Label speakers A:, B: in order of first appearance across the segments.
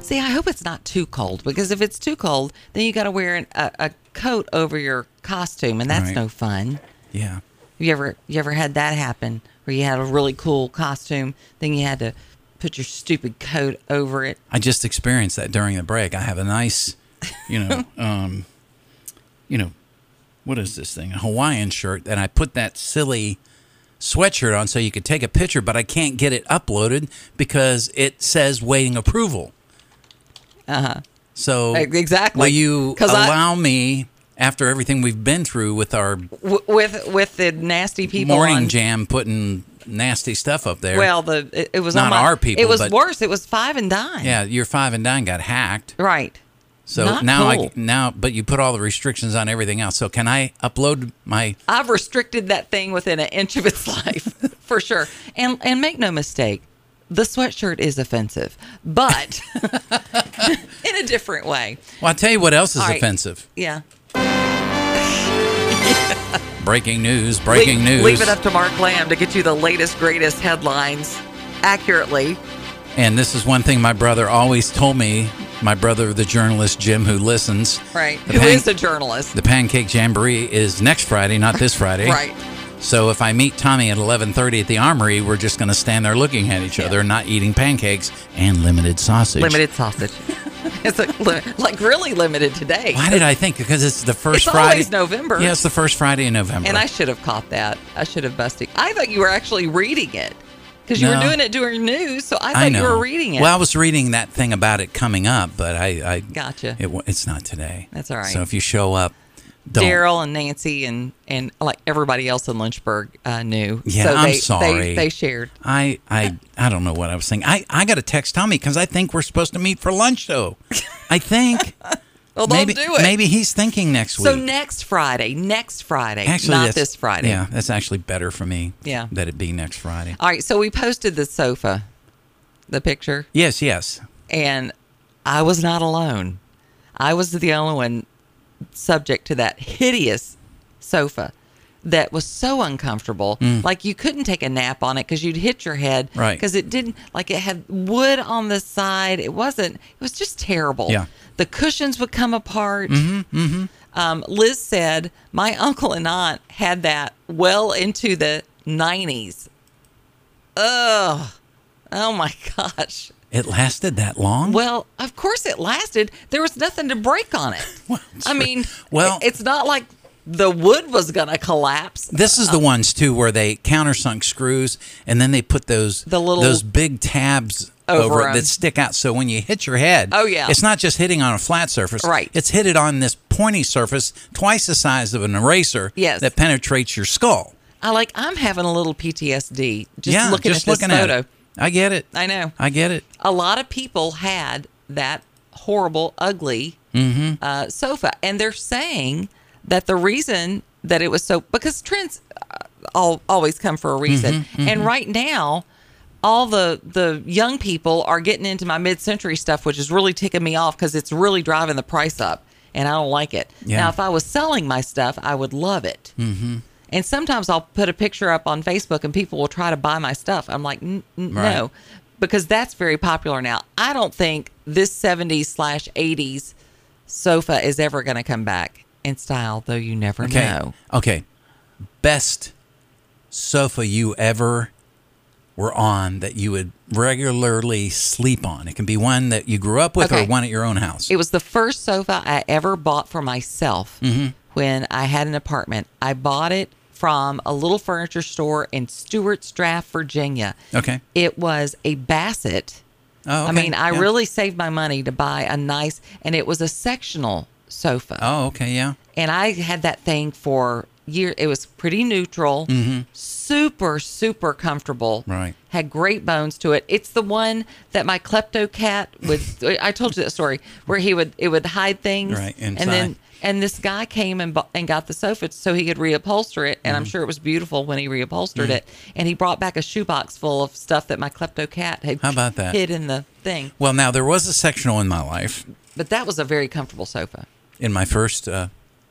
A: See, I hope it's not too cold because if it's too cold, then you got to wear an, a, a coat over your costume, and that's
B: Right.
A: no fun.
B: Yeah.
A: You ever you ever had that happen where you had a really cool costume, then you had to put your stupid coat over it?
B: I just experienced that during the break. I have a nice, you know, um, you know, what is this thing? A Hawaiian shirt, and I put that silly sweatshirt on so you could take a picture, but I can't get it uploaded because it says waiting approval. Uh huh. So
A: E- exactly.
B: will you
A: 'Cause I-
B: allow me after everything we've been through with our
A: W- with with the nasty people
B: morning
A: on,
B: jam putting nasty stuff up there?
A: Well, the it, it was on
B: Not
A: my-
B: our people,
A: It was
B: but-
A: worse. It was five and dime.
B: yeah, your five and nine got hacked.
A: Right.
B: So
A: Not
B: now I
A: cool.
B: now but you put all the restrictions on everything else. So can I upload my
A: I've restricted that thing within an inch of its life for sure. And and make no mistake, the sweatshirt is offensive, but in a different way.
B: Well, I'll tell you what else is
A: All right.
B: offensive.
A: Yeah.
B: Breaking news, breaking
A: leave,
B: news.
A: Leave it up to Mark Lamb to get you the latest, greatest headlines accurately.
B: And this is one thing my brother always told me, my brother the journalist Jim who listens.
A: Right.
B: The,
A: Who
B: pan-
A: is a journalist?
B: the pancake jamboree is next Friday, not this Friday.
A: Right.
B: So if I meet Tommy at 11:30 at the Armory, we're just going to stand there looking at each other, not eating pancakes and limited sausage.
A: Limited sausage. it's like, li- like really limited today.
B: Why did I think? Because it's the first
A: It's
B: Friday.
A: always November.
B: Yeah, it's the first Friday in November.
A: And I should have caught that. I should have busted. I thought you were actually reading it because you
B: No.
A: were doing it during news. So I thought
B: I
A: you
B: know.
A: were reading it.
B: Well, I was reading that thing about it coming up, but I, I
A: Gotcha.
B: It, wa- it's not today.
A: That's all right.
B: So if you show up, don't.
A: Daryl and Nancy and and like everybody else in Lynchburg uh, knew.
B: Yeah,
A: so
B: I'm
A: they, They,
B: sorry.
A: they shared.
B: I, I, I don't know what I was thinking. I, I got to text Tommy because I think we're supposed to meet for lunch, though. I think.
A: Well, don't
B: maybe,
A: do it.
B: Maybe he's thinking next week.
A: So next Friday, next Friday,
B: actually,
A: not
B: that's-
A: this Friday.
B: Yeah, that's actually better for me.
A: Yeah.
B: That it be next Friday.
A: All right. So we posted the sofa, the picture,
B: Yes, yes.
A: and I was not alone. I was the only one subject to that hideous sofa that was so uncomfortable. Like you couldn't take a nap on it because you'd hit your head.
B: Mm. Right.
A: Because it didn't, like it had wood on the side. It wasn't, it was just terrible.
B: Yeah. Mm-hmm,
A: The cushions would come apart. Um, Liz said, my uncle and aunt had that well into the 90s. Ugh. Oh my gosh.
B: It lasted that long.
A: Well, of course it lasted. There was nothing to break on it. I mean,
B: Well-
A: it's not like the wood was going to collapse.
B: This is the ones too where they countersunk screws and then they put those
A: The little-
B: those big tabs
A: Over
B: over, it
A: 'em.
B: that stick out. So when you hit your head,
A: Oh, yeah.
B: it's not just hitting on a flat surface,
A: Right.
B: It's hit it on this pointy surface twice the size of an eraser,
A: Yes.
B: that penetrates your skull.
A: I like I'm having a little PTSD just
B: yeah,
A: looking
B: just
A: at this
B: looking
A: photo.
B: at it. I get it.
A: I know.
B: I get it.
A: A lot of people had that horrible, ugly uh, sofa, and they're saying that the reason that it was so because trends uh, all, always come for a reason, and right now. All the the young people are getting into my mid century stuff, which is really ticking me off because it's really driving the price up, and I don't like it.
B: Yeah.
A: Now, if I was selling my stuff, I would love it. And sometimes I'll put a picture up on Facebook and people will try to buy my stuff. I'm like, N- n-
B: Right.
A: no, because that's very popular now. I don't think this 70s slash 80s sofa is ever going to come back in style, though you never
B: Okay.
A: know.
B: Okay. Best sofa you ever were on that you would regularly sleep on. It can be one that you grew up with
A: Okay.
B: or one at your own house.
A: It was the first sofa I ever bought for myself
B: Mm-hmm.
A: when I had an apartment. I bought it from a little furniture store in Stewart's Draft, Virginia.
B: okay.
A: It was a Bassett.
B: Oh,
A: I
B: okay.
A: mean, I
B: Yeah.
A: really saved my money to buy a nice, and it was a sectional sofa.
B: Oh, okay, yeah.
A: And I had that thing for years. It was pretty neutral, super, super comfortable.
B: Mm-hmm. Right.
A: Had great bones to it. It's the one that my klepto cat would. I told you that story where he would it would hide things.
B: Right,
A: And then
B: inside.
A: and this guy came and bu- and got the sofa so he could reupholster it,
B: Mm-hmm.
A: and I'm sure it was beautiful when he reupholstered
B: Mm.
A: it. And he brought back a shoebox full of stuff that my klepto cat had
B: How about that?
A: hid in the thing.
B: Well, now there was a sectional in my life.
A: But that was a very comfortable sofa.
B: In my first uh,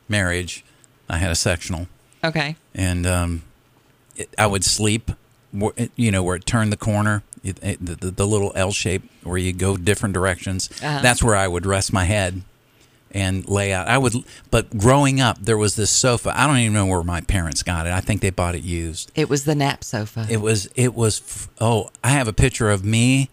B: marriage, I had a sectional,
A: Okay.
B: and um, it, I would sleep, wh- you know, where it turned the corner it, it- the, the, the little L shape where you go different directions.
A: Uh-huh.
B: That's where I would rest my head and lay out. I would, but growing up, there was this sofa. I don't even know where my parents got it. I think they bought it used.
A: It was the nap sofa.
B: It was it was f- oh, I have a picture of me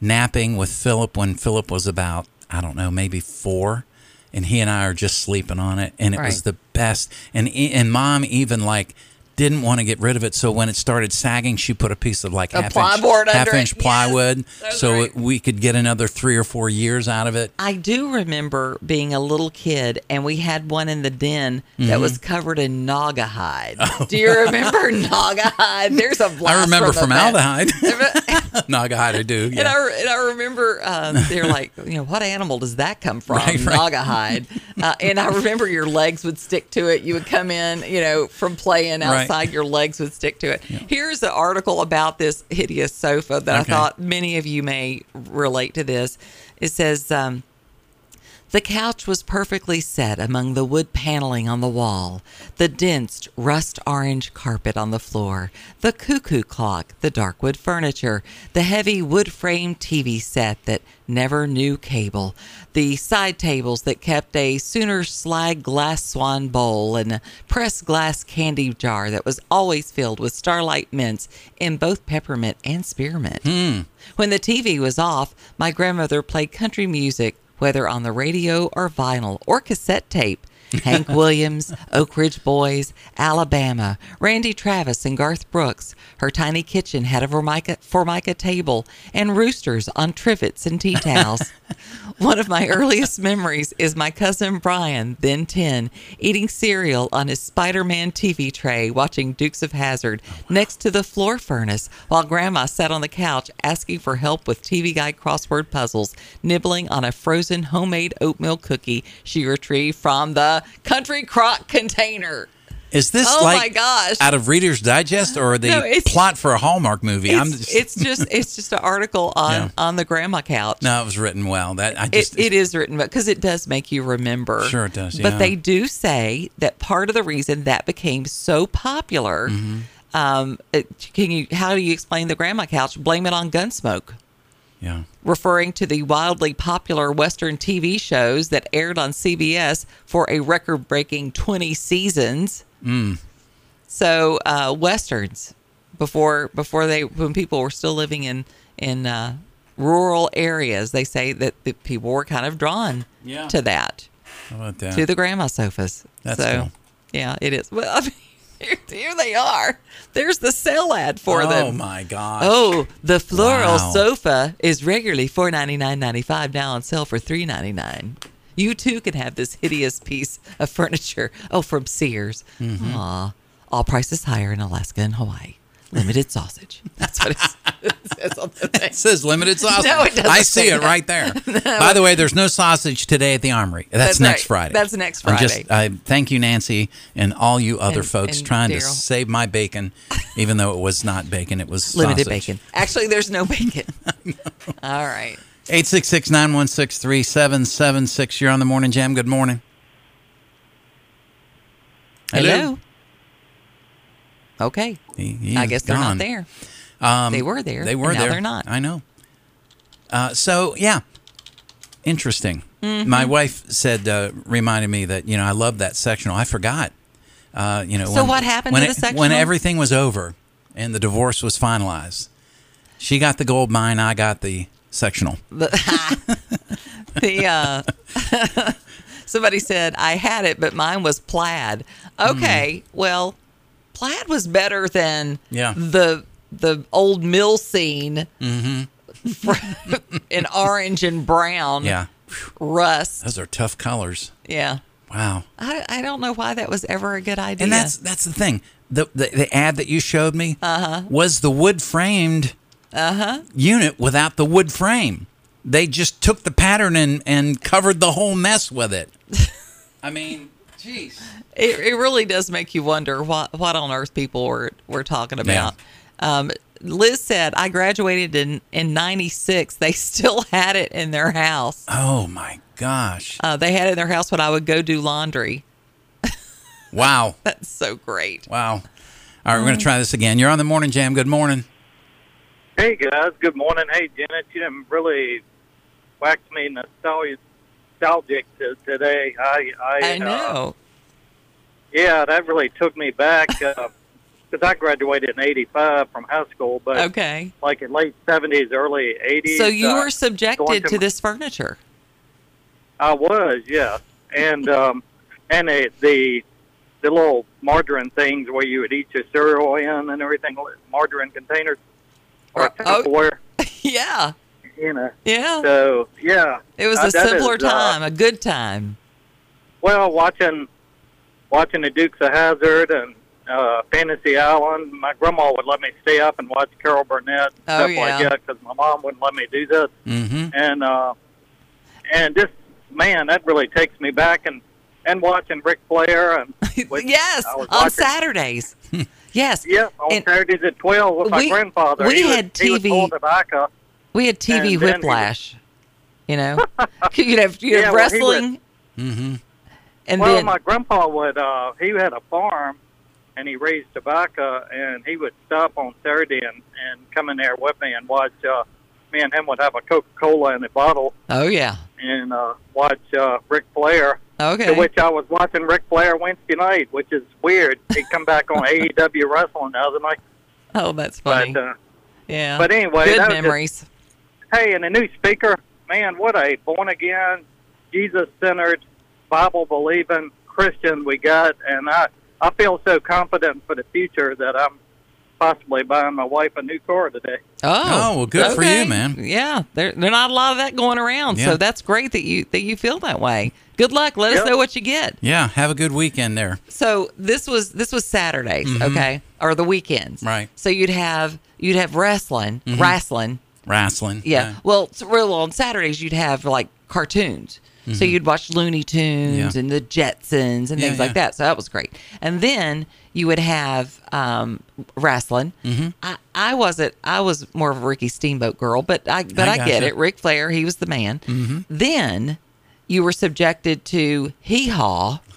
B: napping with Philip when Philip was about I don't know, maybe 4 and he and I are just sleeping on it and it was
A: Right.
B: the best and e- and mom even like didn't want to get rid of it, so when it started sagging, she put a piece of like
A: A
B: half
A: plywood
B: inch,
A: under
B: half inch
A: it. Yes,
B: plywood,
A: those
B: so
A: are
B: it,
A: it.
B: we could get another three or four years out of it.
A: I do remember being a little kid and we had one in the den
B: Mm-hmm.
A: that was covered in naga hide. Do you remember naga hide? There's a blast
B: Oh. I remember
A: from,
B: from
A: a bat-
B: Aldehyde, Naga to do.
A: And
B: Yeah.
A: I, and I remember um, they're like, you know, what animal does that come from?
B: Right, right.
A: Naga hide. Uh, and I remember your legs would stick to it. You would come in, you know, from playing
B: Right.
A: outside, your legs would stick to it. Here's the article about this hideous sofa that
B: Okay.
A: I thought many of you may relate to this. It says, um, the couch was perfectly set among the wood paneling on the wall, the dense rust orange carpet on the floor, the cuckoo clock, the dark wood furniture, the heavy wood frame TV set that never knew cable, the side tables that kept a sooner slag glass swan bowl and a pressed glass candy jar that was always filled with starlight mints in both peppermint and spearmint. When the TV was off, my grandmother played country music, whether on the radio or vinyl or cassette tape. Hank Williams, Oak Ridge Boys, Alabama, Randy Travis, and Garth Brooks. Her tiny kitchen had a formica, formica table and roosters on trivets and tea towels. One of my earliest memories is my cousin Brian, then 10, eating cereal on his Spider Man TV tray, watching Dukes of Hazard next to the floor furnace, while Grandma sat on the couch asking for help with TV Guide crossword puzzles, nibbling on a frozen homemade oatmeal cookie she retrieved from the country crock container.
B: Is this
A: Oh my
B: like
A: gosh.
B: out of Reader's Digest or the
A: No, it's-
B: plot for a Hallmark movie?
A: It's, it's just it's just an article on
B: Yeah.
A: on the grandma couch.
B: no, it was written well. That I
A: it,
B: just
A: it is written because it does make you remember.
B: Sure it does, yeah.
A: But they do say that part of the reason that became so popular.
B: Mm-hmm.
A: Um, it- can you? How do you explain the grandma couch? Blame it on Gunsmoke,
B: yeah.
A: referring to the wildly popular Western TV shows that aired on CBS for a record-breaking 20 seasons.
B: Mm.
A: So uh, westerns before before they when people were still living in in uh, rural areas, they say that the people were kind of drawn
B: Yeah.
A: to that
B: How about that?
A: to the grandma sofas.
B: That's
A: so,
B: cool.
A: yeah, it is. Well, I mean, here, here they are. There's the sell ad for
B: oh
A: them.
B: my gosh.
A: Oh, the floral
B: Wow.
A: sofa is regularly four ninety nine ninety five now on sale for three ninety nine. You too can have this hideous piece of furniture. Oh, from Sears.
B: Mm-hmm.
A: Aw. All prices higher in Alaska and Hawaii. Limited sausage. That's what it's, it says on the thing.
B: It says limited sausage.
A: No, it doesn't
B: I
A: say
B: see it
A: that.
B: right there. By the way, there's no sausage today at the Armory. That's,
A: That's
B: next
A: right.
B: Friday.
A: That's next
B: I'm just-
A: Friday.
B: I thank you, Nancy, and all you other
A: And-
B: folks
A: and
B: trying to
A: Daryl.
B: save my bacon, even though it was not bacon. It was
A: Limited
B: sausage.
A: bacon. Actually, there's no bacon. All right.
B: 866 916 3776. You're on the morning jam. Good morning.
A: Hello. Okay.
B: He- he
A: I
B: is
A: guess they're
B: gone. Um,
A: not there. they were there.
B: They were
A: and now
B: there.
A: They're not.
B: I know. Uh, so yeah, interesting.
A: Mm-hmm.
B: My wife said, uh, reminded me that you know I love that sectional. I forgot. Uh, you know.
A: So what happened
B: when e
A: to the
B: When
A: sectional?
B: everything was over and the divorce was finalized, she got the gold mine. I got the sectional.
A: Mm. The, the, uh, somebody said I had it, but mine was plaid.
B: Hmm.
A: Okay, well, plaid was better than
B: Yeah.
A: the the old mill scene in orange and brown
B: Mm-hmm. Yeah,
A: rust.
B: those are tough colors.
A: Yeah,
B: Wow.
A: I, I don't know why that was ever a good idea.
B: And that's that's the thing. The, the the ad that you showed me
A: Uh-huh.
B: was the wood framed unit without the wood frame. They just took the pattern and and covered the whole mess with it. I mean, jeez.
A: it, it really does make you wonder what what on earth people were were talking about. Um, Liz said, "I graduated in in '96. They still had it in their house.
B: Oh my gosh.
A: Uh, they had it in their house when I would go do laundry.
B: Wow.
A: That's so great. Mm.
B: Wow. All right, we're going to try this again. You're on the morning jam. Good morning.
C: Hey guys, good morning. Hey Dennis, you didn't really wax me nostalgic nostalgic to today. I I,
A: I
C: Uh,
A: know.
C: yeah, that really took me back because I graduated in '85 from high school, but
A: okay.
C: like in late '70s, early '80s.
A: So you
C: uh,
A: were
C: going
A: subjected
C: to
A: to
C: my-
A: this furniture.
C: I was, yeah, and um, and it, the the little margarine things where you would eat your cereal in and everything, margarine containers or
A: Or- oh.
C: Tupperware,
A: yeah.
C: you know.
A: Yeah.
C: So yeah,
A: It was
C: uh,
A: a
C: that is,
A: simpler
C: uh,
A: time, a good time.
C: Well, watching watching the Dukes of Hazard and uh, Fantasy Island, my grandma would let me stay up and watch Carol Burnett and
A: Oh,
C: stuff
A: yeah.
C: like that because my mom wouldn't let me do that.
B: Mm-hmm.
C: And uh, and just man, that really takes me back and and watching Ric Flair and which
A: yes,
C: I
A: on
C: was watching-
A: Saturdays. yes.
C: Yeah, on
A: And-
C: Saturdays at twelve with my
A: We-
C: grandfather.
A: we
C: he was,
A: had
C: He was
A: TV.
C: old tobacco.
A: We had
C: And
A: TV
C: then he would-
A: whiplash. You know, you'd have, you'd
C: Yeah,
A: have
C: well, he would-
A: wrestling,
B: Mm-hmm.
A: and
C: well,
A: then
C: my grandpa would. Uh, he had a farm, and he raised tobacco, and he would stop on Saturday and and come in there with me and watch. Uh, me and him would have a Coca Cola in a bottle
A: oh yeah,
C: and uh, watch uh, Ric Flair.
A: okay,
C: To which I was watching Ric Flair Wednesday night, which is weird. He'd come back on AEW wrestling the other night,
A: oh that's funny,
C: but uh,
A: yeah.
C: but anyway,
A: good
C: that was just-
A: memories.
C: hey, and the new speaker, man, what a born again, Jesus centered, Bible believing Christian we got, and I I feel so confident for the future that I'm possibly buying my wife a new car today.
A: Oh,
B: Oh, well, good for you,
A: okay.
B: man.
A: Yeah, there there not a lot of that going around,
B: Yeah.
A: so that's great that you that you feel that way. Good luck. Let us
C: Yep.
A: know what you get.
B: Yeah. Have a good weekend there.
A: so this was this was Saturdays, okay, or the weekends,
B: Mm-hmm. Right. Mm-hmm.
A: So you'd have you'd have wrestling, wrestling,
B: Wrestling.
A: yeah. Well, it's real on Saturdays you'd have like cartoons, so you'd watch Looney Tunes
B: Mm-hmm. Yeah.
A: and the Jetsons and
B: Yeah,
A: things like
B: yeah.
A: that. So that was great. And then you would have um, wrestling.
B: Mm-hmm.
A: I, I wasn't. I was more of a Ricky Steamboat girl, but I but
B: I
A: I, get
B: gotcha. Mm-hmm.
A: it. Ric Flair, he was the man. Then you were subjected to hee haw.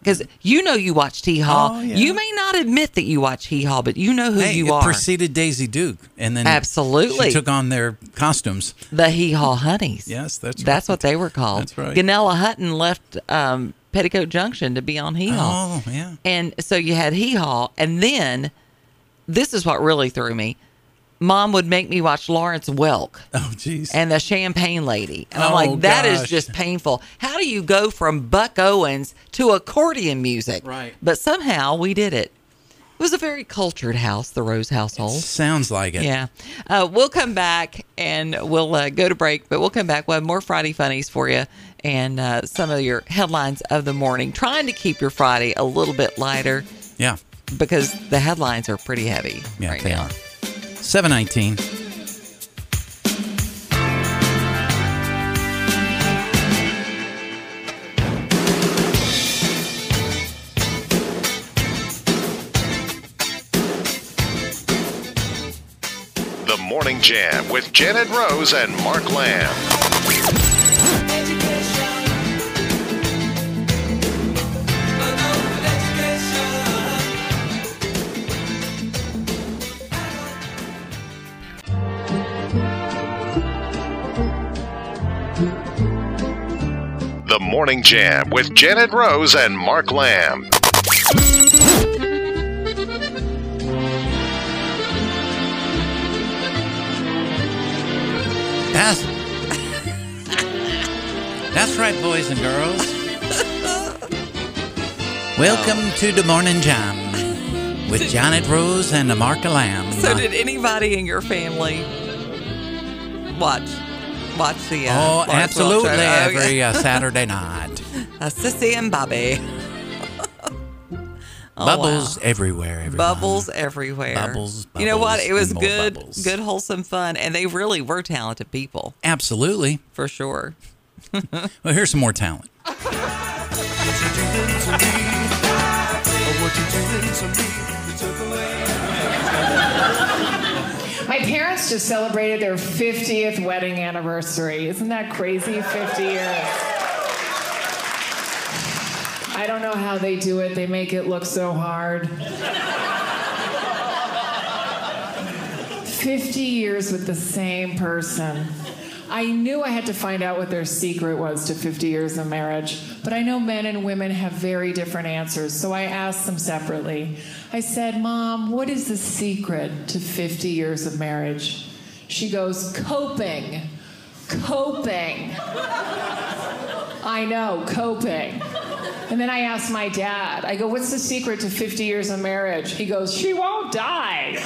A: Because you know you watch hee haw.
B: Oh, yeah.
A: You may not admit that you watch hee haw, but you know who
B: Hey,
A: you
B: it
A: are.
B: preceded Daisy Duke, and then
A: Absolutely.
B: she took on their costumes.
A: the hee haw honeys.
B: Yes, that's
A: That's
B: right.
A: what they were called.
B: That's right.
A: Ganella Hutton left um, Petticoat Junction to be on hee haw.
B: Oh, yeah.
A: And so you had hee haw. And then this is what really threw me. Mom would make me watch Lawrence Welk.
B: Oh, jeez.
A: and the champagne lady. And I'm
B: Oh,
A: like, that is
B: gosh.
A: just painful. How do you go from Buck Owens to accordion music?
B: Right.
A: But somehow we did it. It was a very cultured house, the Rose household.
B: Sounds like it.
A: Yeah. Uh, we'll come back and we'll uh, go to break, but we'll come back. We'll have more Friday funnies for you and uh, some of your headlines of the morning, trying to keep your Friday a little bit lighter
B: Yeah.
A: because the headlines are pretty heavy
B: Yeah,
A: right
B: they
A: now.
B: are. 719.
D: The Morning Jam with Janet Rose and Mark Lamb. The Morning Jam with Janet Rose and Mark Lamb.
B: That's, that's right, boys and girls. Welcome to the Morning Jam with Janet Rose and Mark Lamb.
A: So did anybody in your family watch watch the? Uh,
B: Oh,
A: Lawrence Welk
B: absolutely.
A: show? Oh,
B: Every
A: yeah.
B: uh, Saturday night.
A: Uh, Sissy and Bobby. Oh, wow.
B: Bubbles everywhere. Everyone.
A: Bubbles everywhere.
B: Bubbles,
A: you know what?
B: bubbles,
A: It was
B: and more
A: good,
B: bubbles.
A: good, wholesome fun, and they really were talented people
B: Absolutely.
A: for sure.
B: Well, here's some more talent.
E: My parents just celebrated their 50th wedding anniversary. Isn't that crazy? 50 years. I don't know how they do it. They make it look so hard. 50 years with the same person. I knew I had to find out what their secret was to 50 years of marriage, but I know men and women have very different answers, so I asked them separately. I said, Mom, what is the secret to 50 years of marriage? She goes, coping. Coping. I know, coping. And then I asked my dad, I go, what's the secret to 50 years of marriage? He goes, she won't die.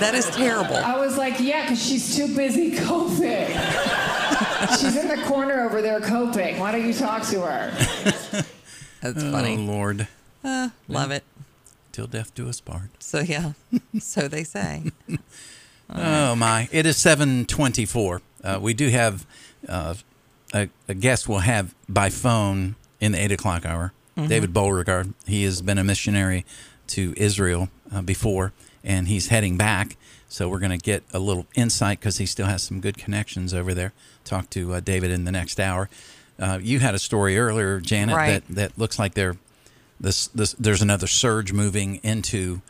A: That is terrible.
E: I was like, yeah, because she's too busy coping. she's in the corner over there coping. Why don't you talk to her?
A: That's
B: Oh,
A: funny.
B: Lord.
A: Love it.
B: Till death do us part.
A: So yeah, so they say.
B: Oh my! It is seven twenty-four. Uh, we do have uh, a, a guest. We'll have by phone in the eight o'clock hour.
A: Mm-hmm.
B: David Beauregard. He has been a missionary to Israel uh, before, and he's heading back. So we're going to get a little insight because he still has some good connections over there. Talk to uh, David in the next hour. Uh, you had a story earlier, Janet,
A: Right.
B: that, that looks like they're this, this, there's another surge moving into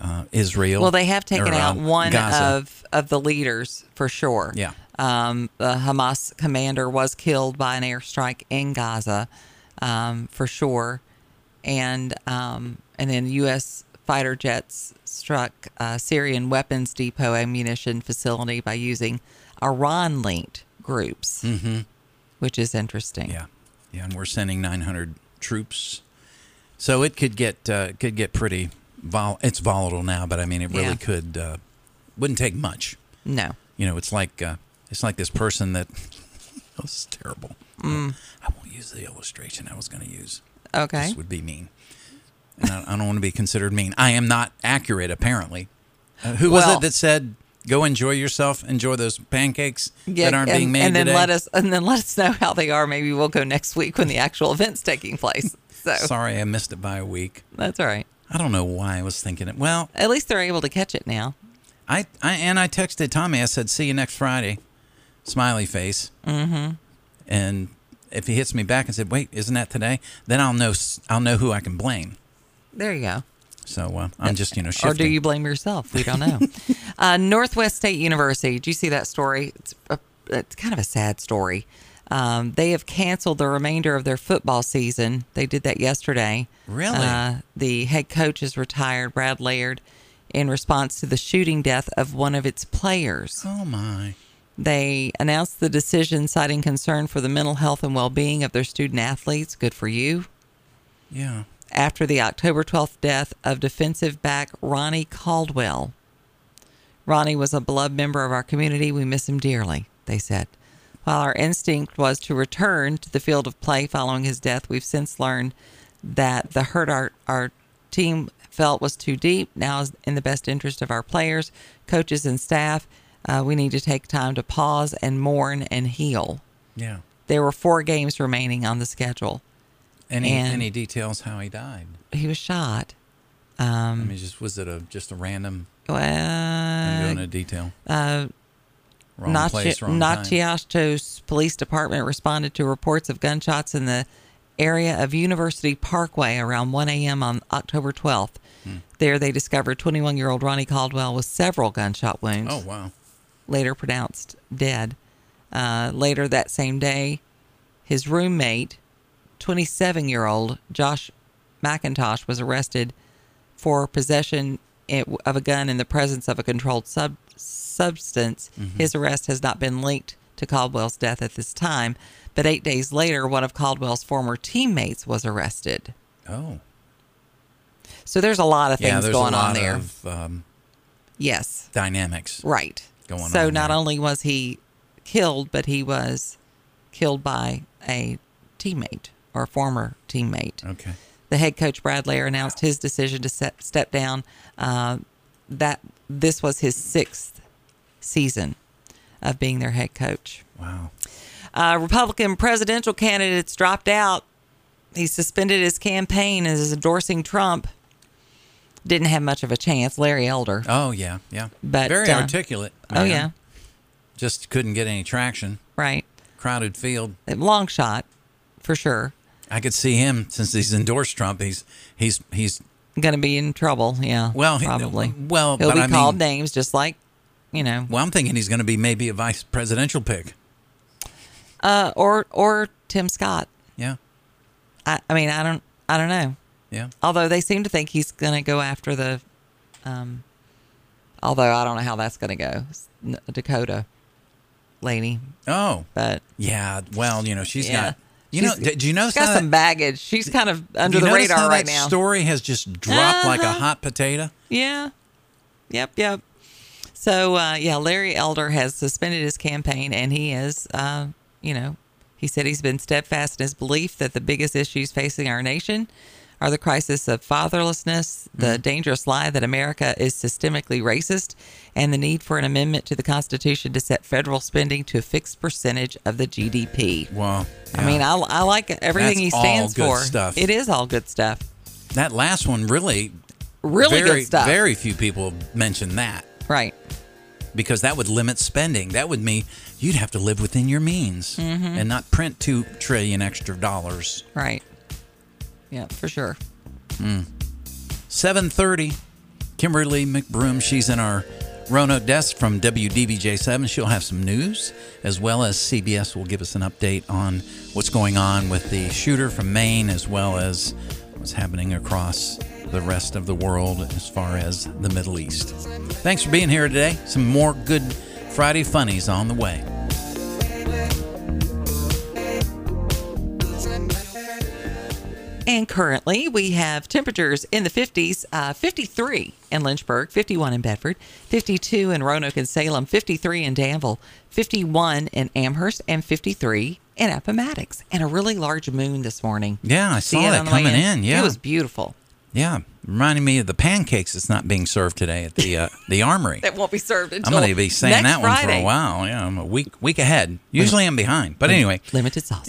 B: uh, Israel.
A: Well, they have taken
B: or,
A: out
B: um,
A: one
B: Gaza.
A: of of the leaders for sure.
B: Yeah.
A: Um, the Hamas commander was killed by an airstrike in Gaza, um, for sure, and um, and then U.S. fighter jets struck a Syrian weapons depot ammunition facility by using Iran-linked groups, mm-hmm. which is interesting.
B: Yeah, yeah, and we're sending 900 troops, so it could get uh, could get pretty vol. It's volatile now, but I mean, it really
A: Yeah.
B: could. Uh, wouldn't take much.
A: No.
B: You know, it's like uh, it's like this person that. that was terrible. I won't use the illustration I was going to use.
A: Mm. Okay.
B: This would be mean. And I, I don't want to be considered mean. I am not accurate, apparently. Uh, who was
A: Well-
B: it that said, "Go enjoy yourself, enjoy those pancakes that aren't
A: and,
B: being made
A: and then
B: today"?
A: let us and then let us know how they are. Maybe we'll go next week when the actual event's taking place. So
B: Sorry, I missed it by a week.
A: that's all right.
B: I don't know why I was thinking it. Well,
A: At least they're able to catch it now.
B: I, I and I texted Tommy. I said, "See you next Friday," smiley face. Mm-hmm. And if he hits me back and said, "Wait, isn't that today?" Then I'll know. s- I'll know who I can blame.
A: There you go.
B: So uh, I'm just you know shifting.
A: Or do you blame yourself? We don't know. uh, Northwest State University. Did you see that story? It's, a, it's kind of a sad story. Um, they have canceled the remainder of their football season. They did that yesterday.
B: Really?
A: Uh, the head coach is retired, Brad Laird, in response to the shooting death of one of its players.
B: oh my!
A: They announced the decision, citing concern for the mental health and well being of their student athletes. Good for you.
B: Yeah.
A: After the October 12th death of defensive back Ronnie Caldwell. Ronnie was a beloved member of our community. We miss him dearly, they said. While our instinct was to return to the field of play following his death, we've since learned that the hurt our, our team felt was too deep. Now is in the best interest of our players, coaches, and staff. Uh, we need to take time to pause and mourn and heal.
B: Yeah.
A: There were four games remaining on the schedule.
B: Any
A: And-
B: any details how he died?
A: He was shot.
B: I mean, just was it a just a random? I'm
A: Well,
B: going to detail. Uh, wrong
A: Nachi-
B: place, wrong time.
A: Nachiastos Police Department responded to reports of gunshots in the area of University Parkway around 1 a.m. on October 12th.
B: Hmm.
A: There, they discovered 21 year old Ronnie Caldwell with several gunshot wounds,
B: Oh wow!
A: later pronounced dead. Uh, later that same day, his roommate, 27 year old Josh McIntosh, was arrested for possession i- of a gun in the presence of a controlled sub- substance.
B: Mm-hmm.
A: His arrest has not been linked to Caldwell's death at this time, but eight days later, one of Caldwell's former teammates was arrested.
B: Oh
A: So there's a lot of things
B: yeah, there's
A: going
B: a lot
A: on there.
B: of um,
A: yes.
B: dynamics.
A: Right.
B: going
A: so
B: on
A: not
B: there.
A: only was he killed, but he was killed by a teammate or former teammate.
B: Okay.
A: The head coach Brad Lair announced his decision to set, step down. Uh, that this was his sixth season of being their head coach.
B: Wow.
A: Uh, Republican presidential candidates dropped out. He suspended his campaign and is endorsing Trump. Didn't have much of a chance. Larry Elder.
B: Oh yeah, yeah.
A: But,
B: very
A: uh,
B: articulate.
A: oh
B: man.
A: yeah,
B: Just couldn't get any traction.
A: right.
B: Crowded field.
A: long shot for sure.
B: I could see him since he's endorsed Trump. He's he's he's
A: Going to be in trouble. Yeah.
B: Well, he-
A: probably.
B: well,
A: he'll
B: but
A: be
B: I mean-
A: called names just like, you know,
B: well. I'm thinking he's going to be maybe a vice presidential pick.
A: uh, or or Tim Scott.
B: Yeah,
A: I, I mean, I don't, I don't know.
B: yeah.
A: Although they seem to think he's going to go after the, um, although I don't know how that's going to go, S- N- Dakota lady.
B: Oh,
A: But
B: yeah. Well, you know she's
A: Yeah.
B: got. You
A: She's-
B: know? d- Do you notice
A: she's got
B: how
A: some
B: that,
A: baggage. She's kind of under
B: do you
A: the
B: notice
A: radar
B: how
A: right
B: that
A: now.
B: Story has just dropped like a
A: Uh-huh.
B: hot potato.
A: Yeah. Yep. Yep. So uh, yeah, Larry Elder has suspended his campaign, and he is, uh, you know, he said he's been steadfast in his belief that the biggest issues facing our nation are the crisis of fatherlessness, the
B: Mm-hmm.
A: dangerous lie that America is systemically racist, and the need for an amendment to the Constitution to set federal spending to a fixed percentage of the GDP.
B: Well,
A: I mean, I, I like everything
B: That's
A: he
B: all
A: stands
B: good
A: for.
B: stuff.
A: It is all good stuff.
B: that last one really,
A: Really
B: very,
A: good stuff.
B: Very few people mention that
A: Right.
B: because that would limit spending. That would mean you'd have to live within your means and not print two trillion extra dollars.
A: Right. Yeah, for sure.
B: Seven thirty, Kimberly McBroom. She's in our Rono desk from WDBJ seven. She'll have some news as well as CBS will give us an update on what's going on with the shooter from Maine, as well as what's happening across the rest of the world as far as the Middle East. Thanks for being here today. Some more good Friday funnies on the way.
A: And currently, we have temperatures in the 50s uh, 53 in Lynchburg, 51 in Bedford, 52 in Roanoke and Salem, 53 in Danville, 51 in Amherst, and 53 in Appomattox. And a really large moon this morning.
B: Yeah, I saw
A: it
B: that
A: on the way
B: coming in. Yeah,
A: It was beautiful.
B: yeah, reminding me of the pancakes that's not being served today at the uh, the Armory.
A: That won't be served until
B: I'm going to be saying
A: next
B: that one for
A: Friday.
B: a while. Yeah, I'm a week week ahead. Usually I'm behind, but anyway,
A: Limited sauce.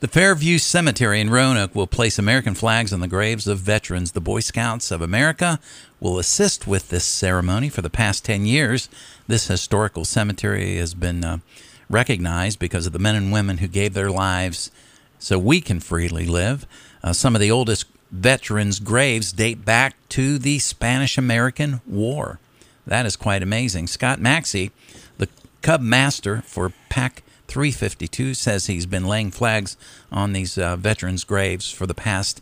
B: the Fairview Cemetery in Roanoke will place American flags on the graves of veterans. The Boy Scouts of America will assist with this ceremony. For the past ten years, this historical cemetery has been uh, recognized because of the men and women who gave their lives so we can freely live. Uh, some of the oldest veterans' graves date back to the Spanish American War. That is quite amazing. Scott Maxey, the Cub Master for PAC 352, says he's been laying flags on these uh, veterans' graves for the past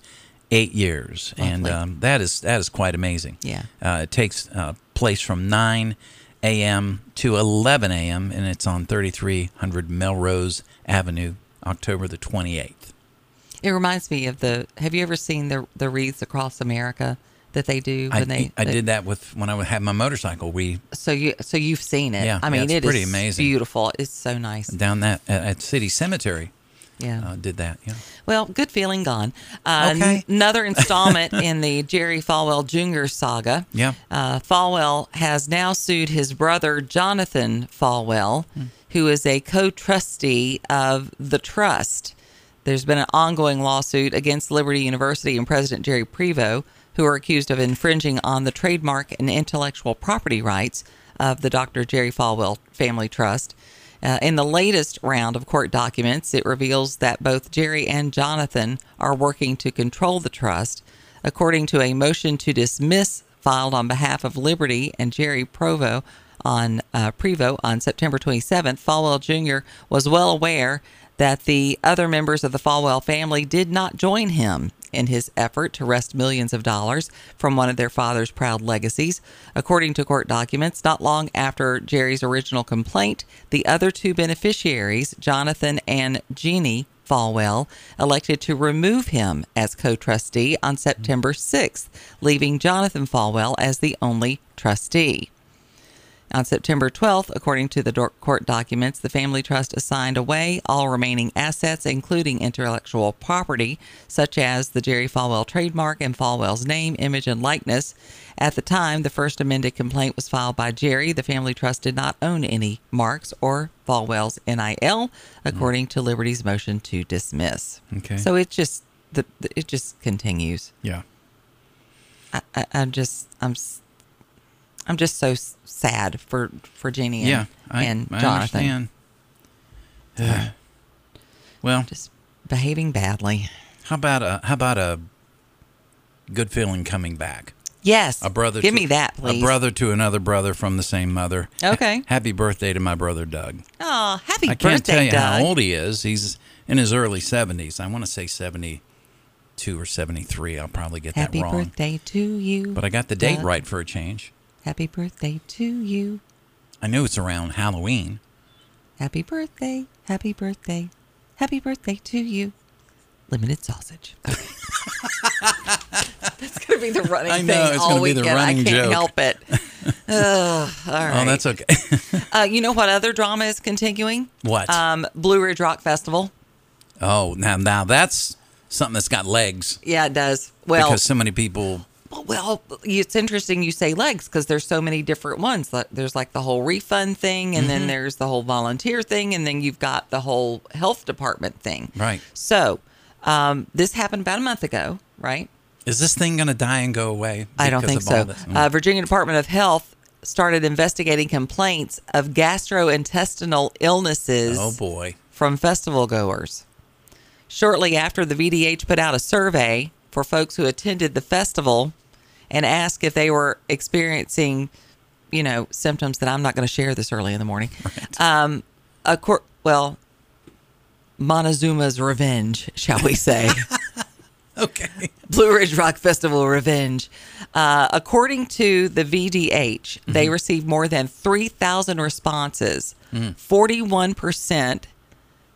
B: eight years, and
A: Lovely.
B: um, that is that is quite amazing.
A: Yeah.
B: uh, it takes uh, place from nine a.m. to eleven a.m. and it's on 3300 Melrose Avenue, October the 28th.
A: It reminds me of the. Have you ever seen the the wreaths across America that they do
B: I,
A: when they?
B: I
A: they-
B: did that with when I had my motorcycle. We
A: So you so you've seen it.
B: Yeah,
A: I
B: yeah,
A: mean
B: it's
A: it is
B: pretty amazing.
A: beautiful. It's so nice.
B: down that at, at City Cemetery
A: Yeah.
B: uh, did that. Yeah.
A: well, good feeling gone. Uh,
B: Okay.
A: n- another installment in the Jerry Falwell Jr. saga.
B: Yeah.
A: Uh, Falwell has now sued his brother Jonathan Falwell, who is a co-trustee of the trust. There's been an ongoing lawsuit against Liberty University and President Jerry Prevo, who are accused of infringing on the trademark and intellectual property rights of the Dr. Jerry Falwell Family Trust. Uh, in the latest round of court documents, it reveals that both Jerry and Jonathan are working to control the trust. According to a motion to dismiss filed on behalf of Liberty and Jerry Provo on uh, Prevo on September 27th, Falwell Jr. was well aware that the other members of the Falwell family did not join him in his effort to wrest millions of dollars from one of their father's proud legacies. According to court documents, not long after Jerry's original complaint, the other two beneficiaries, Jonathan and Jeannie Falwell, elected to remove him as co trustee on September 6th, leaving Jonathan Falwell as the only trustee. On September 12th, according to the dor- court documents, the family trust assigned away all remaining assets, including intellectual property, such as the Jerry Falwell trademark and Falwell's name, image, and likeness. At the time, the first amended complaint was filed by Jerry. The family trust did not own any marks or Falwell's NIL, according to Liberty's motion to dismiss.
B: Okay.
A: So it just the, the- it just continues.
B: Yeah.
A: I, I, I'm just I'm s- I'm just so s- sad for for Jeannie and,
B: Yeah. I,
A: and
B: I
A: Jonathan.
B: understand. well,
A: Just behaving badly.
B: How about a how about a good feeling coming back?
A: Yes.
B: A brother.
A: Give
B: to,
A: me that, please.
B: A brother to another brother from the same mother.
A: Okay.
B: Ha- happy birthday to my brother Doug.
A: Oh, happy
B: I
A: birthday,
B: can't tell you
A: Doug.
B: how old he is. He's in his early seventies. I want to say seventy-two or seventy-three. I'll probably get
A: Happy
B: that wrong.
A: birthday to you.
B: But I got the date
A: Doug.
B: right for a change.
A: Happy birthday to you.
B: I knew it's around Halloween.
A: Happy birthday. Happy birthday. Happy birthday to you. Limited sausage. That's going to be the running
B: I know,
A: thing
B: it's
A: all
B: gonna be the
A: weekend. I
B: running
A: can't
B: joke.
A: help it. Ugh, all right.
B: Oh, that's okay.
A: uh, you know what other drama is continuing?
B: What?
A: Um, Blue Ridge Rock Festival.
B: oh, now now that's something that's got legs
A: Yeah, it does. Well,
B: because so many people.
A: Well, it's interesting you say legs because there's so many different ones. Like, There's like the whole refund thing, and
B: Mm-hmm.
A: then there's the whole volunteer thing, and then you've got the whole health department thing.
B: Right.
A: So um, this happened about a month ago, right?
B: Is this thing going to die and go away?
A: I don't
B: because
A: think
B: of
A: so.
B: all this? Mm-hmm.
A: Uh, Virginia Department of Health started investigating complaints of gastrointestinal illnesses
B: oh boy.
A: from festival goers. Shortly after, the VDH put out a survey for folks who attended the festival and asked if they were experiencing, you know, symptoms that I'm not going to share this early in the morning. Um, a cor- well, Montezuma's revenge, shall we say?
B: Okay.
A: Blue Ridge Rock Festival revenge. Uh, according to the VDH, they received more than 3,000 responses. 41%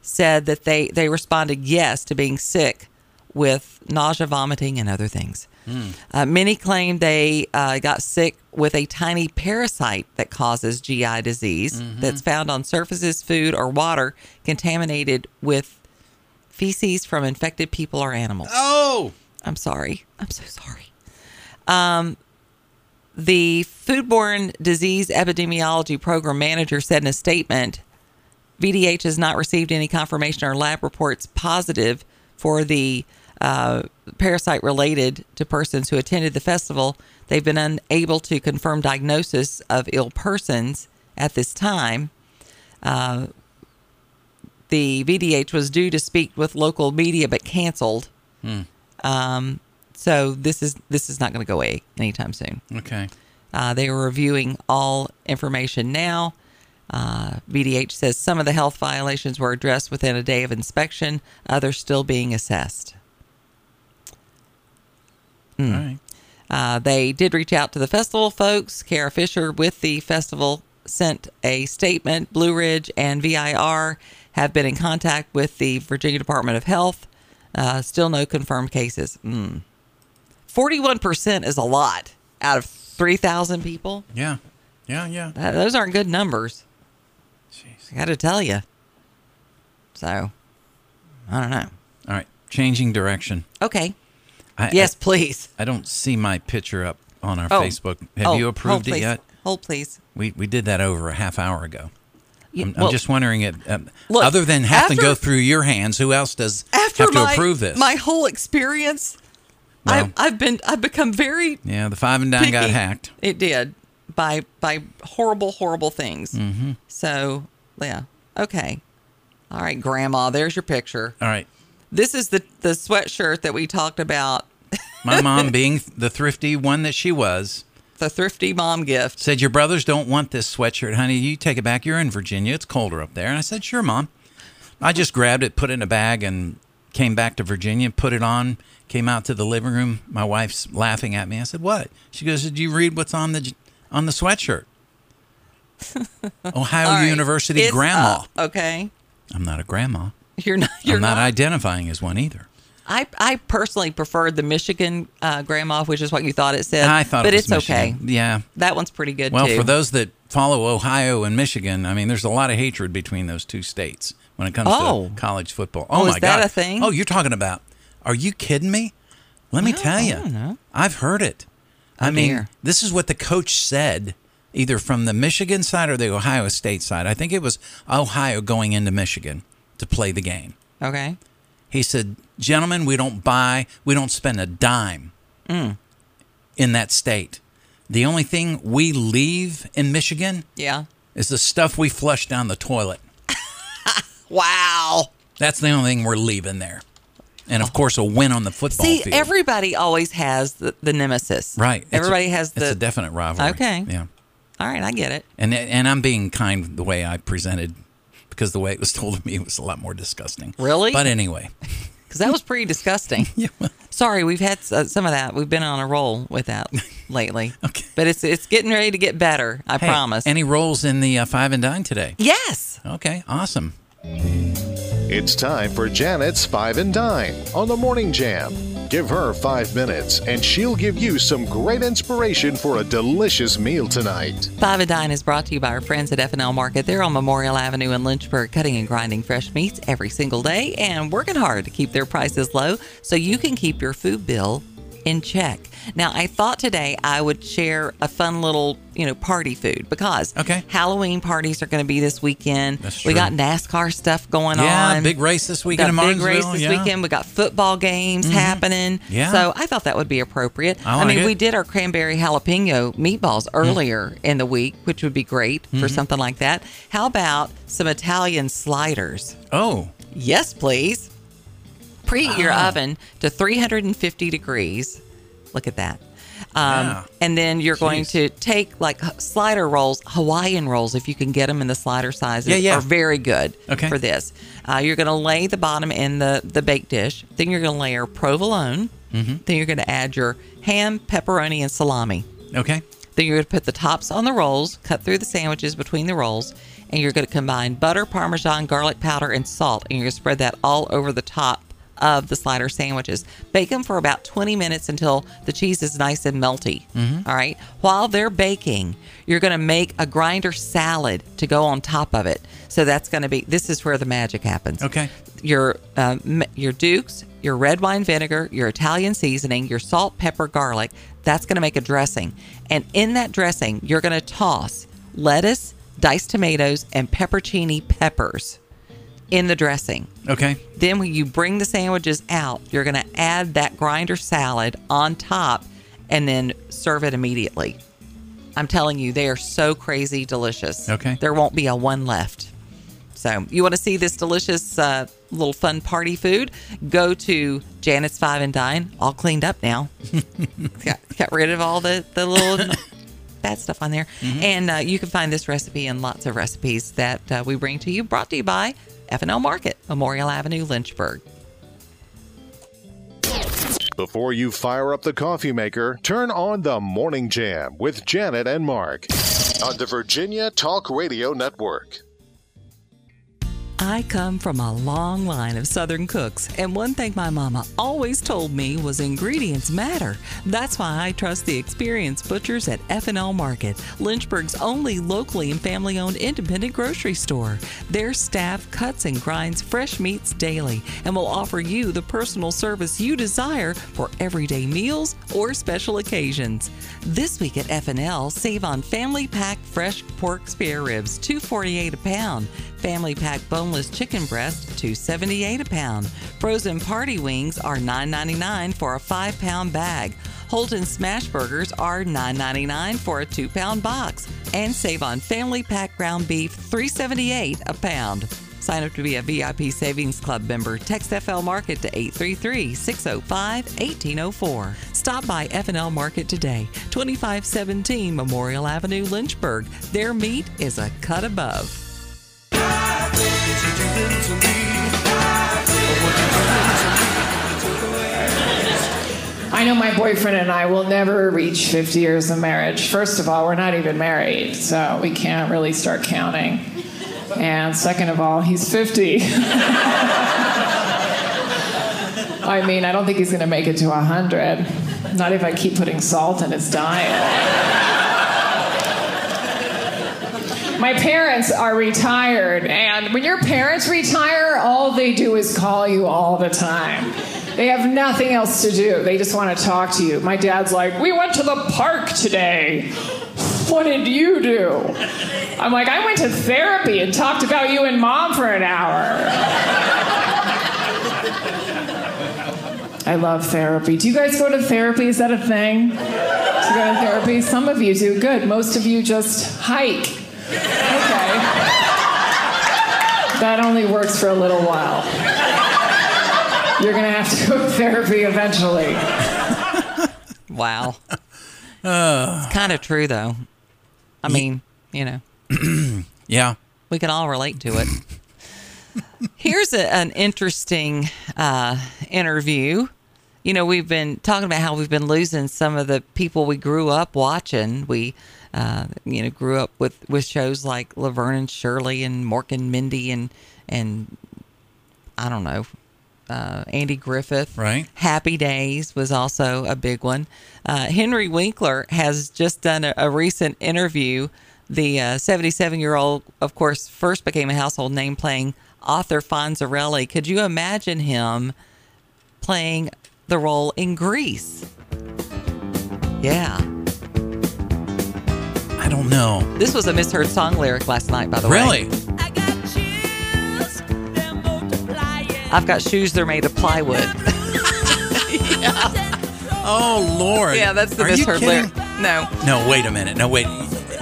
A: said that they, they responded yes to being sick with nausea, vomiting, and other things. Uh, many claimed they uh, got sick with a tiny parasite that causes GI disease that's found on surfaces, food, or water contaminated with feces from infected people or animals.
B: Oh.
A: I'm sorry. I'm so sorry. Um, the Foodborne Disease Epidemiology Program Manager said in a statement VDH has not received any confirmation or lab reports positive for the uh, parasite related to persons who attended the festival. They've been unable to confirm diagnosis of ill persons at this time Uh, the VDH was due to speak with local media but canceled. Um, so this is this is not going to go away anytime soon.
B: Okay.
A: Uh, they are reviewing all information now. Uh, VDH says some of the health violations were addressed within a day of inspection, others still being assessed. Hmm.
B: All right.
A: Uh, they did reach out to the festival folks. Kara Fisher with the festival sent a statement. Blue Ridge and VIR have been in contact with the Virginia Department of Health. Uh, still no confirmed cases. Mm. 41% is a lot out of 3,000 people.
B: Yeah. Yeah. Yeah.
A: That, those aren't good numbers.
B: Jeez.
A: I got to tell you. So, I don't know.
B: All right. Changing direction.
A: Okay.
B: I,
A: Yes, please.
B: I, I don't see my picture up on our
A: Oh.
B: Facebook. Have
A: Oh,
B: you
A: hold,
B: approved it
A: please.
B: yet?
A: Hold, please.
B: We we did that over a half hour ago.
A: You-
B: I'm, I'm
A: well,
B: just wondering if, um,
A: Look,
B: other than have to
A: after-
B: go through your hands, who else does have
A: after
B: to
A: my,
B: approve this?
A: my whole experience,
B: Well.
A: I've, I've been I've become very
B: yeah, the five and dime
A: picky.
B: got hacked.
A: It did by by horrible horrible things. Mm-hmm. So yeah, okay, all right, Grandma. There's your picture.
B: All right,
A: This is the the sweatshirt that we talked about.
B: my mom, being the thrifty one that she was,
A: The thrifty mom gift.
B: said, "Your brothers don't want this sweatshirt, honey. You take it back. You're in Virginia. It's colder up there." And I said, "Sure, mom." I just grabbed it, put it in a bag, and came back to Virginia. Put it on. Came out to the living room. My wife's laughing at me. I said, "What?" She goes, "Did you read what's on the j- on the sweatshirt?" Ohio
A: All right,
B: University
A: it's
B: grandma.
A: up, okay,
B: I'm not a grandma.
A: you're not. You're
B: I'm not,
A: not.
B: identifying as one either.
A: I I personally preferred the Michigan uh, grandma, which is what you thought it said.
B: I thought,
A: Uh, but
B: it was
A: it's
B: Michigan.
A: okay.
B: Yeah.
A: That one's pretty good
B: Well,
A: too.
B: for those that follow Ohio and Michigan, I mean, there's a lot of hatred between those two states when it comes
A: Oh.
B: to college football.
A: Oh,
B: Oh,
A: is
B: my
A: that
B: God.
A: a thing?
B: Oh, you're talking about? Are you kidding me? Let me tell you,
A: don't know.
B: I've heard it. I mean,
A: dear.
B: this is what the coach said, either from the Michigan side or the Ohio State side. I think it was Ohio going into Michigan to play the game.
A: okay.
B: He said, Gentlemen, we don't buy, we don't spend a dime in that state. The only thing we leave in Michigan
A: Yeah.
B: is the stuff we flush down the toilet.
A: Wow.
B: That's the only thing we're leaving there. And of course, a win on the football
A: See,
B: field.
A: everybody always has the, the nemesis.
B: right. It's a-
A: Everybody has the.
B: It's a definite rivalry.
A: Okay.
B: Yeah.
A: all right, I get it.
B: And and I'm being kind with the way I presented because the way it was told to me was a lot more disgusting.
A: Really?
B: But anyway,
A: Because that was pretty disgusting. Sorry, we've had s- uh, some of that. We've been on a roll with that lately.
B: Okay.
A: But it's it's getting ready to get better. I
B: hey,
A: promise.
B: Any rolls in the uh, five and dine today?
A: yes.
B: Okay, awesome.
D: It's time for Janet's Five and Dine on the Morning Jam. Give her five minutes, and she'll give you some great inspiration for a delicious meal tonight.
A: Five and Dine is brought to you by our friends at F&L Market. They're on Memorial Avenue in Lynchburg, cutting and grinding fresh meats every single day and working hard to keep their prices low so you can keep your food bill in check. Now, I thought today I would share a fun little, you know, party food because
B: Okay.
A: Halloween parties are going to be this weekend.
B: That's
A: We
B: true.
A: got NASCAR stuff going
B: Yeah,
A: on.
B: big race this
A: We
B: weekend
A: got
B: in
A: a big race
B: Martinsville,
A: this
B: yeah. Mm-hmm.
A: weekend. We got football games happening.
B: Yeah.
A: So I thought that would be appropriate.
B: I
A: I mean,
B: like it.
A: we did our cranberry jalapeno meatballs earlier in the week, which would be great
B: Mm-hmm.
A: for something like that. How about some Italian sliders?
B: Oh,
A: Yes, please. Preheat your
B: Ah.
A: oven to 350 degrees. Look at that. Um,
B: Yeah.
A: And then you're going
B: Jeez.
A: to take like h- slider rolls, Hawaiian rolls, if you can get them in the slider sizes,
B: Yeah, yeah.
A: are very good
B: Okay.
A: for this. Uh, you're going to lay the bottom in the, the baked dish. Then you're going to layer provolone.
B: Mm-hmm.
A: Then you're going to add your ham, pepperoni, and salami.
B: okay.
A: Then you're going to put the tops on the rolls, cut through the sandwiches between the rolls, and you're going to combine butter, parmesan, garlic powder, and salt, and you're going to spread that all over the top of the slider sandwiches. Bake them for about 20 minutes until the cheese is nice and melty. All right. While they're baking, you're going to make a grinder salad to go on top of it. So that's going to be this is where the magic happens
B: Okay.
A: your um, m- your dukes, your red wine vinegar, your Italian seasoning, your salt, pepper, garlic. That's going to make a dressing. And in that dressing, you're going to toss lettuce, diced tomatoes, and peppercini peppers in the dressing.
B: Okay.
A: Then when you bring the sandwiches out, you're going to add that grinder salad on top and then serve it immediately. I'm telling you, they are so crazy delicious.
B: Okay.
A: There won't be a one left. So you want to see this delicious uh, little fun party food? Go to Janet's Five and Dine, all cleaned up now. got, got rid of all the, the little bad stuff on there. And uh, you can find this recipe and lots of recipes that uh, we bring to you, brought to you by F&L Market, Memorial Avenue, Lynchburg.
D: Before you fire up the coffee maker, turn on the Morning Jam with Janet and Mark on the Virginia Talk Radio Network.
A: I come from a long line of Southern cooks, and one thing my mama always told me was ingredients matter. That's why I trust the experienced butchers at F&L Market, Lynchburg's only locally and family-owned independent grocery store. Their staff cuts and grinds fresh meats daily and will offer you the personal service you desire for everyday meals or special occasions. This week at F&L, save on family pack fresh pork spare ribs, 248 a pound, family pack boneless chicken breast, 278 a pound. Frozen party wings are 9.99 for a 5-pound bag. Holton smash burgers are 9.99 for a 2-pound box, and save on family pack ground beef, 378 a pound. Sign up to be a VIP Savings Club member. Text FL Market to 833-605-1804. Stop by FL Market today, 2517 Memorial Avenue, Lynchburg. Their meat is a cut above.
E: I know my boyfriend and I will never reach 50 years of marriage. First of all, we're not even married, so we can't really start counting. And second of all, he's 50. I mean, I don't think he's going to make it to 100. Not if I keep putting salt in his diet. My parents are retired, and when your parents retire, all they do is call you all the time. They have nothing else to do. They just want to talk to you. My dad's like, We went to the park today. What did you do? I'm like, I went to therapy and talked about you and mom for an hour. I love therapy. Do you guys go to therapy? Is that a thing? Do you go to therapy? Some of you do. Good. Most of you just hike. Okay. That only works for a little while. You're going to have to go to therapy eventually.
A: Wow. it's kind of true, though. I mean, you know,
B: Yeah.
A: we can all relate to it. Here's a, an interesting uh, interview. You know, we've been talking about how we've been losing some of the people we grew up watching. We, uh, you know, grew up with, with shows like Laverne and Shirley and Mork and Mindy and and I don't know, uh, Andy Griffith.
B: Right.
A: Happy Days was also a big one. Uh, Henry Winkler has just done a, a recent interview. The 77 year old, of course, first became a household name playing author Fonzarelli. Could you imagine him playing the role in Greece? Yeah.
B: I don't know.
A: This was a misheard song lyric last night, by the way.
B: Really?
F: I got chills, they're multiplying.
A: I've got shoes that are made of plywood.
B: Oh Lord.
A: yeah, that's the
B: Are you
A: misheard
B: kidding?
A: lyric. No.
B: No, wait a minute. No, wait.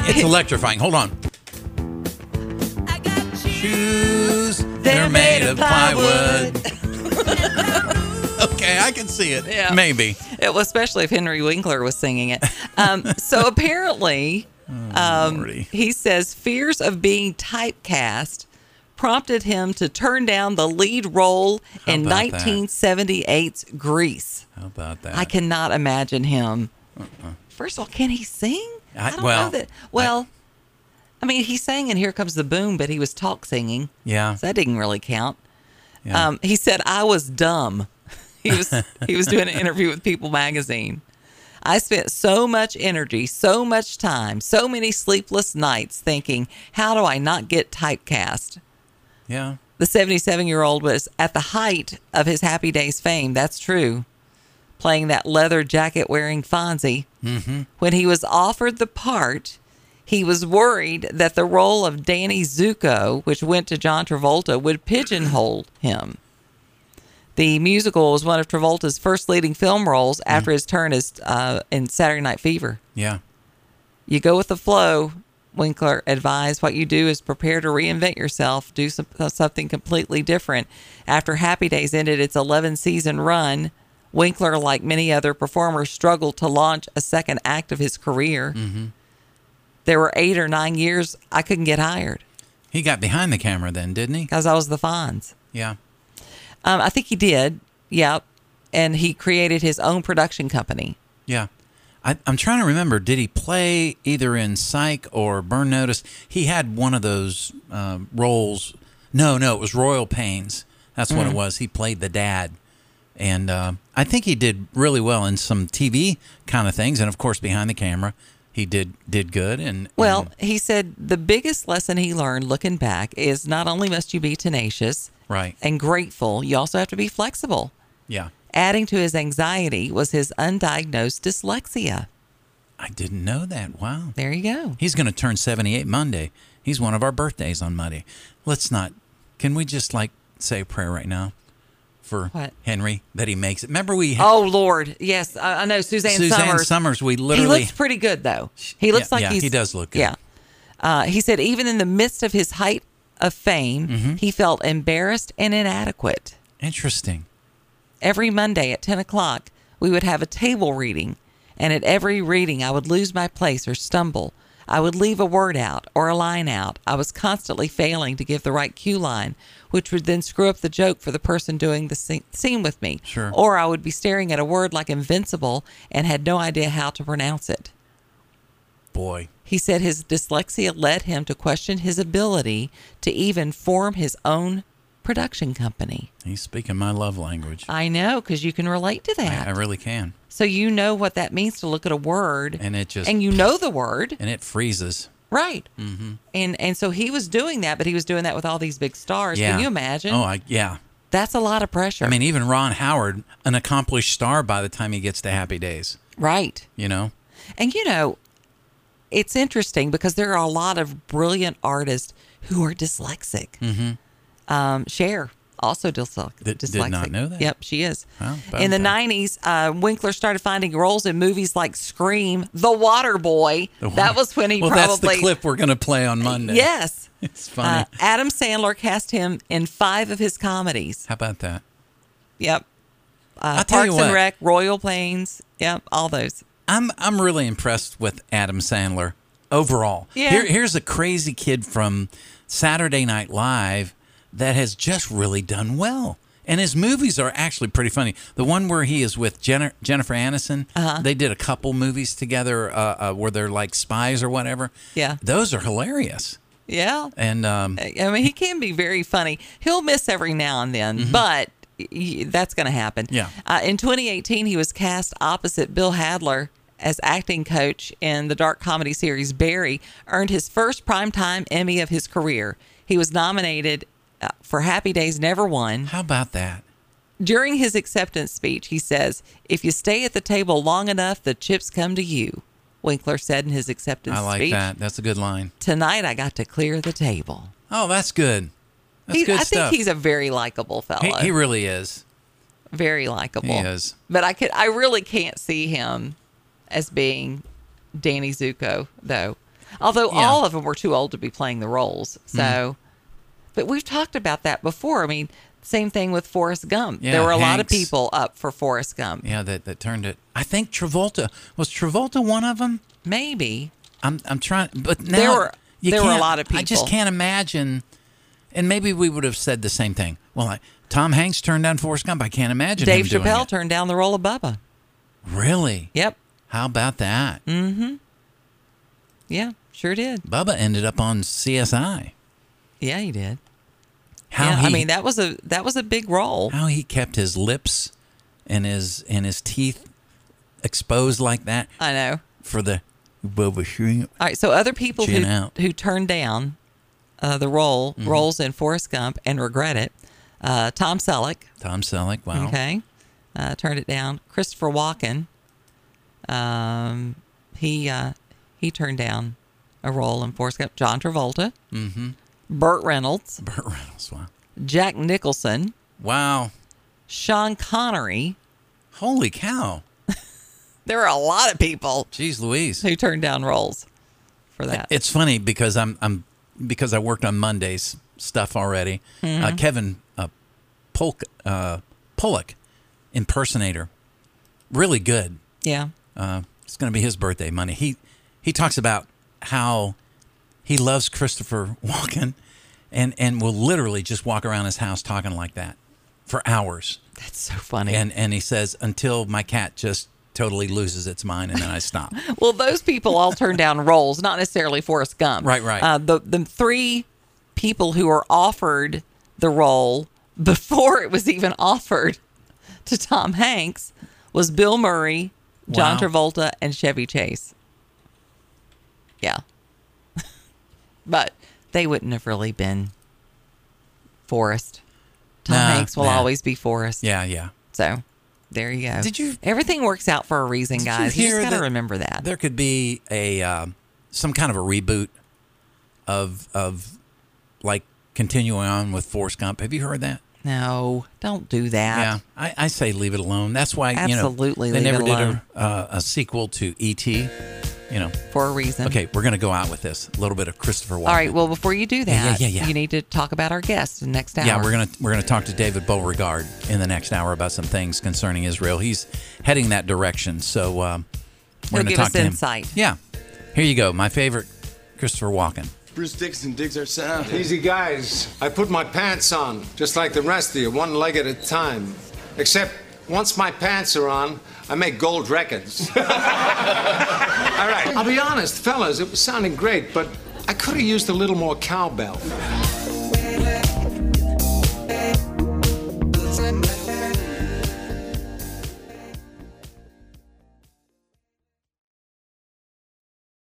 B: It's electrifying. Hold on.
F: I got
B: Shoes. They're made of plywood. Okay, I can see it.
A: Yeah.
B: Maybe.
A: It was especially if Henry Winkler was singing it. Um, so apparently, um,
B: Lordy.
A: he says fears of being typecast prompted him to turn down the lead role in
B: about that? Uh.
A: 1978's Grease.
B: How about that?
A: I cannot imagine him. First of all, can he sing?
B: Uh-uh. I-
A: I, don't
B: well,
A: know that. Well, I, mean, he sang in Here Comes the Boom, but he was talk singing.
B: Yeah.
A: So that didn't really count.
B: yeah.
A: Um, he said, "I was dumb." He was he was doing an interview with People Magazine. I spent so much energy, so much time, so many sleepless nights thinking, "How do I not get typecast?"
B: yeah.
A: The 77 year old was at the height of his Happy Days fame. That's true. Playing that leather jacket wearing Fonzie. When he was offered the part, he was worried that the role of Danny Zuko, which went to John Travolta, would pigeonhole him. The musical was one of Travolta's first leading film roles after his turn as, uh, in Saturday Night Fever.
B: Yeah.
A: You go with the flow, Winkler advised. What you do is prepare to reinvent yourself, do some, uh, something completely different. After Happy Days ended its 11 season run, Winkler, like many other performers, struggled to launch a second act of his career. There were eight or nine years I couldn't get hired
B: He got behind the camera then, didn't he?
A: because I was the Fonz.
B: Yeah.
A: Um, I think he did. Yep. And he created his own production company.
B: Yeah. I, I'm trying to remember. Did he play either in Psych or Burn Notice? He had one of those um, roles. No, no, it was Royal Pains. That's what it was. He played the dad. And uh, I think he did really well in some TV kind of things. And of course, behind the camera, he did did good. And
A: Well,
B: and-
A: he said the biggest lesson he learned looking back is not only must you be tenacious
B: Right.
A: and grateful, you also have to be flexible.
B: yeah,
A: Adding to his anxiety was his undiagnosed dyslexia.
B: I didn't know that. Wow.
A: There you go.
B: He's going to turn 78 Monday. He's one of our birthdays on Monday. Let's not. Can we just like say a prayer right now for
A: What?
B: Henry that he makes it? Remember we had
A: Oh Lord, yes, I, I know Suzanne,
B: Suzanne Summers.
A: Summers.
B: we
A: he
B: literally
A: looks pretty good though. He looks
B: Yeah,
A: like
B: yeah,
A: he's
B: he does look good.
A: Yeah. Uh, he said even in the midst of his height of fame,
B: Mm-hmm.
A: he felt embarrassed and inadequate.
B: interesting. Sure.
A: Or I would be staring at a word like invincible and had no idea how to pronounce it.
B: Boy,
A: He said his dyslexia led him to question his ability to even form his own production company.
B: he's speaking my love language. I,
A: I know, because you can relate to that.
B: I really can.
A: So you know what that means to look at a word,
B: And it just-
A: and you know the word,
B: And it freezes.
A: right? Mm-hmm. And and so he was doing that, but he was doing that with all these big stars.
B: Yeah.
A: Can you imagine?
B: Oh, I, yeah.
A: That's a lot of pressure.
B: I mean, even Ron Howard, an accomplished star by the time he gets to Happy Days,
A: right?
B: you know?
A: And you know, it's interesting because there are a lot of brilliant artists who are dyslexic. Mm-hmm. Um, Cher also dyslexic.
B: Th- did
A: dyslexic.
B: not know that.
A: Yep, she is.
B: Wow, about
A: in the
B: that.
A: '90s, uh, Winkler started finding roles in movies like Scream, The Water Boy. that was when he
B: well,
A: probably
B: that's the clip we're going to play on Monday.
A: Yes.
B: It's funny.
A: Uh, Adam Sandler cast him in five of his comedies.
B: How about that?
A: Yep. uh,
B: I'll tell you
A: Parks and
B: what.
A: Rec, Royal Plains. Yep, all those.
B: I'm I'm really impressed with Adam Sandler overall.
A: Yeah.
B: Here, here's a crazy kid from Saturday Night Live that has just really done well. And his movies are actually pretty funny. The one where he is with Jenner, Jennifer Aniston,
A: Uh-huh.
B: they did a couple movies together uh, uh, where they're like spies or whatever.
A: Yeah.
B: Those are hilarious.
A: Yeah.
B: And um,
A: I mean, he can be very funny. He'll miss every now and then, but y- that's going to happen.
B: Mm-hmm. Yeah.
A: Uh, in 2018, he was cast opposite Bill Hadler as acting coach in the dark comedy series Barry, earned his first primetime Emmy of his career. He was nominated uh, for Happy Days Never Won.
B: how about that?
A: During his acceptance speech, he says, If you stay at the table long enough, the chips come to you, Winkler said in his acceptance
B: I like
A: speech.
B: that. That's a good line.
A: Tonight, I got to clear the table.
B: Oh, that's good. That's
A: He-
B: good
A: I
B: stuff.
A: think he's a very likable fellow.
B: he, he really is.
A: very likable.
B: He is.
A: But I could I really can't see him as being Danny Zuko though. Although
B: Yeah. Mm-hmm.
A: all of them were too old to be playing the roles. So but we've talked about that before. I mean, same thing with Forrest Gump.
B: Yeah,
A: there were a lot of
B: Hanks.
A: people up for Forrest Gump.
B: Yeah, that, that turned it. I think Travolta was Travolta one of them.
A: Maybe.
B: I'm I'm trying, but now
A: There were-
B: you
A: there were a
B: can't-
A: lot of
B: I just
A: people.
B: can't imagine. And maybe we would have said the same thing. Well, I, Tom Hanks turned down Forrest Gump. I can't imagine
A: Dave
B: him doing
A: Chappelle
B: it.
A: turned down the role of Bubba.
B: Really?
A: Yep.
B: How about that?
A: Mm. Yeah, sure did.
B: Bubba ended up on CSI.
A: Yeah, he did.
B: How
A: yeah,
B: he,
A: I mean that was a that was a big role.
B: how he kept his lips and his and his teeth exposed like that
A: I know.
B: for the Bubba Shrimp.
A: All right. So other people
B: Chin
A: who
B: out. Mm-hmm.
A: who turned down uh, the role roles in Forrest Gump and regret it. Uh, Tom Selleck,
B: Tom Selleck. Wow.
A: okay, uh, turned it down. Christopher Walken, um, he uh, he turned down a role in Forrest Gump. John Travolta, mm-hmm. Burt Reynolds,
B: Burt Reynolds. Wow.
A: Jack Nicholson,
B: Wow.
A: Sean Connery.
B: Holy cow.
A: There were a lot of people
B: Jeez Louise.
A: who turned down roles for that.
B: It's funny because I'm I'm because I worked on Monday's stuff already. Uh, Kevin uh, Polk uh, Pollock impersonator, really good.
A: yeah,
B: Uh, it's going to be his birthday Monday. He he talks about how he loves Christopher Walken, and and will literally just walk around his house talking like that for hours.
A: that's so funny.
B: And and he says until my cat just totally loses its mind and then I stop.
A: Well, those people all turned down roles, not necessarily Forrest Gump.
B: Right, right.
A: Uh, the the three people who were offered the role before it was even offered to Tom Hanks was Bill Murray, John
B: Wow.
A: Travolta, and Chevy Chase. Yeah, but they wouldn't have really been Forrest. Tom
B: Nah,
A: Hanks will
B: nah.
A: always be Forrest.
B: yeah, yeah.
A: So there you go.
B: Did you-
A: Everything works out for a reason, guys. You, just got to remember that.
B: there could be a um some kind of a reboot of of like continuing on with Forrest Gump? Have you heard that?
A: No, don't do that.
B: yeah, I, I say leave it alone. That's why
A: Absolutely
B: you know they
A: leave
B: never
A: it alone.
B: did a, uh, a sequel to E. T. You know,
A: For a reason.
B: okay, we're gonna go out with this a little bit of Christopher Walken.
A: All right. Well, before you do
B: yeah,
A: that,
B: yeah, yeah.
A: you need to talk about our guest in the next hour.
B: Yeah, we're gonna we're gonna talk to David Beauregard in the next hour about some things concerning Israel. He's heading that direction, so um,
A: He'll
B: we're gonna
A: give
B: talk
A: us
B: to him.
A: insight.
B: Yeah, here you go. My favorite, Christopher Walken.
G: Bruce Dixon digs our sound.
H: Easy guys, I put my pants on, just like the rest of you, one leg at a time. Except once my pants are on, I make gold records. All right, I'll be honest, fellas, it was sounding great, but I could have used a little more cowbell.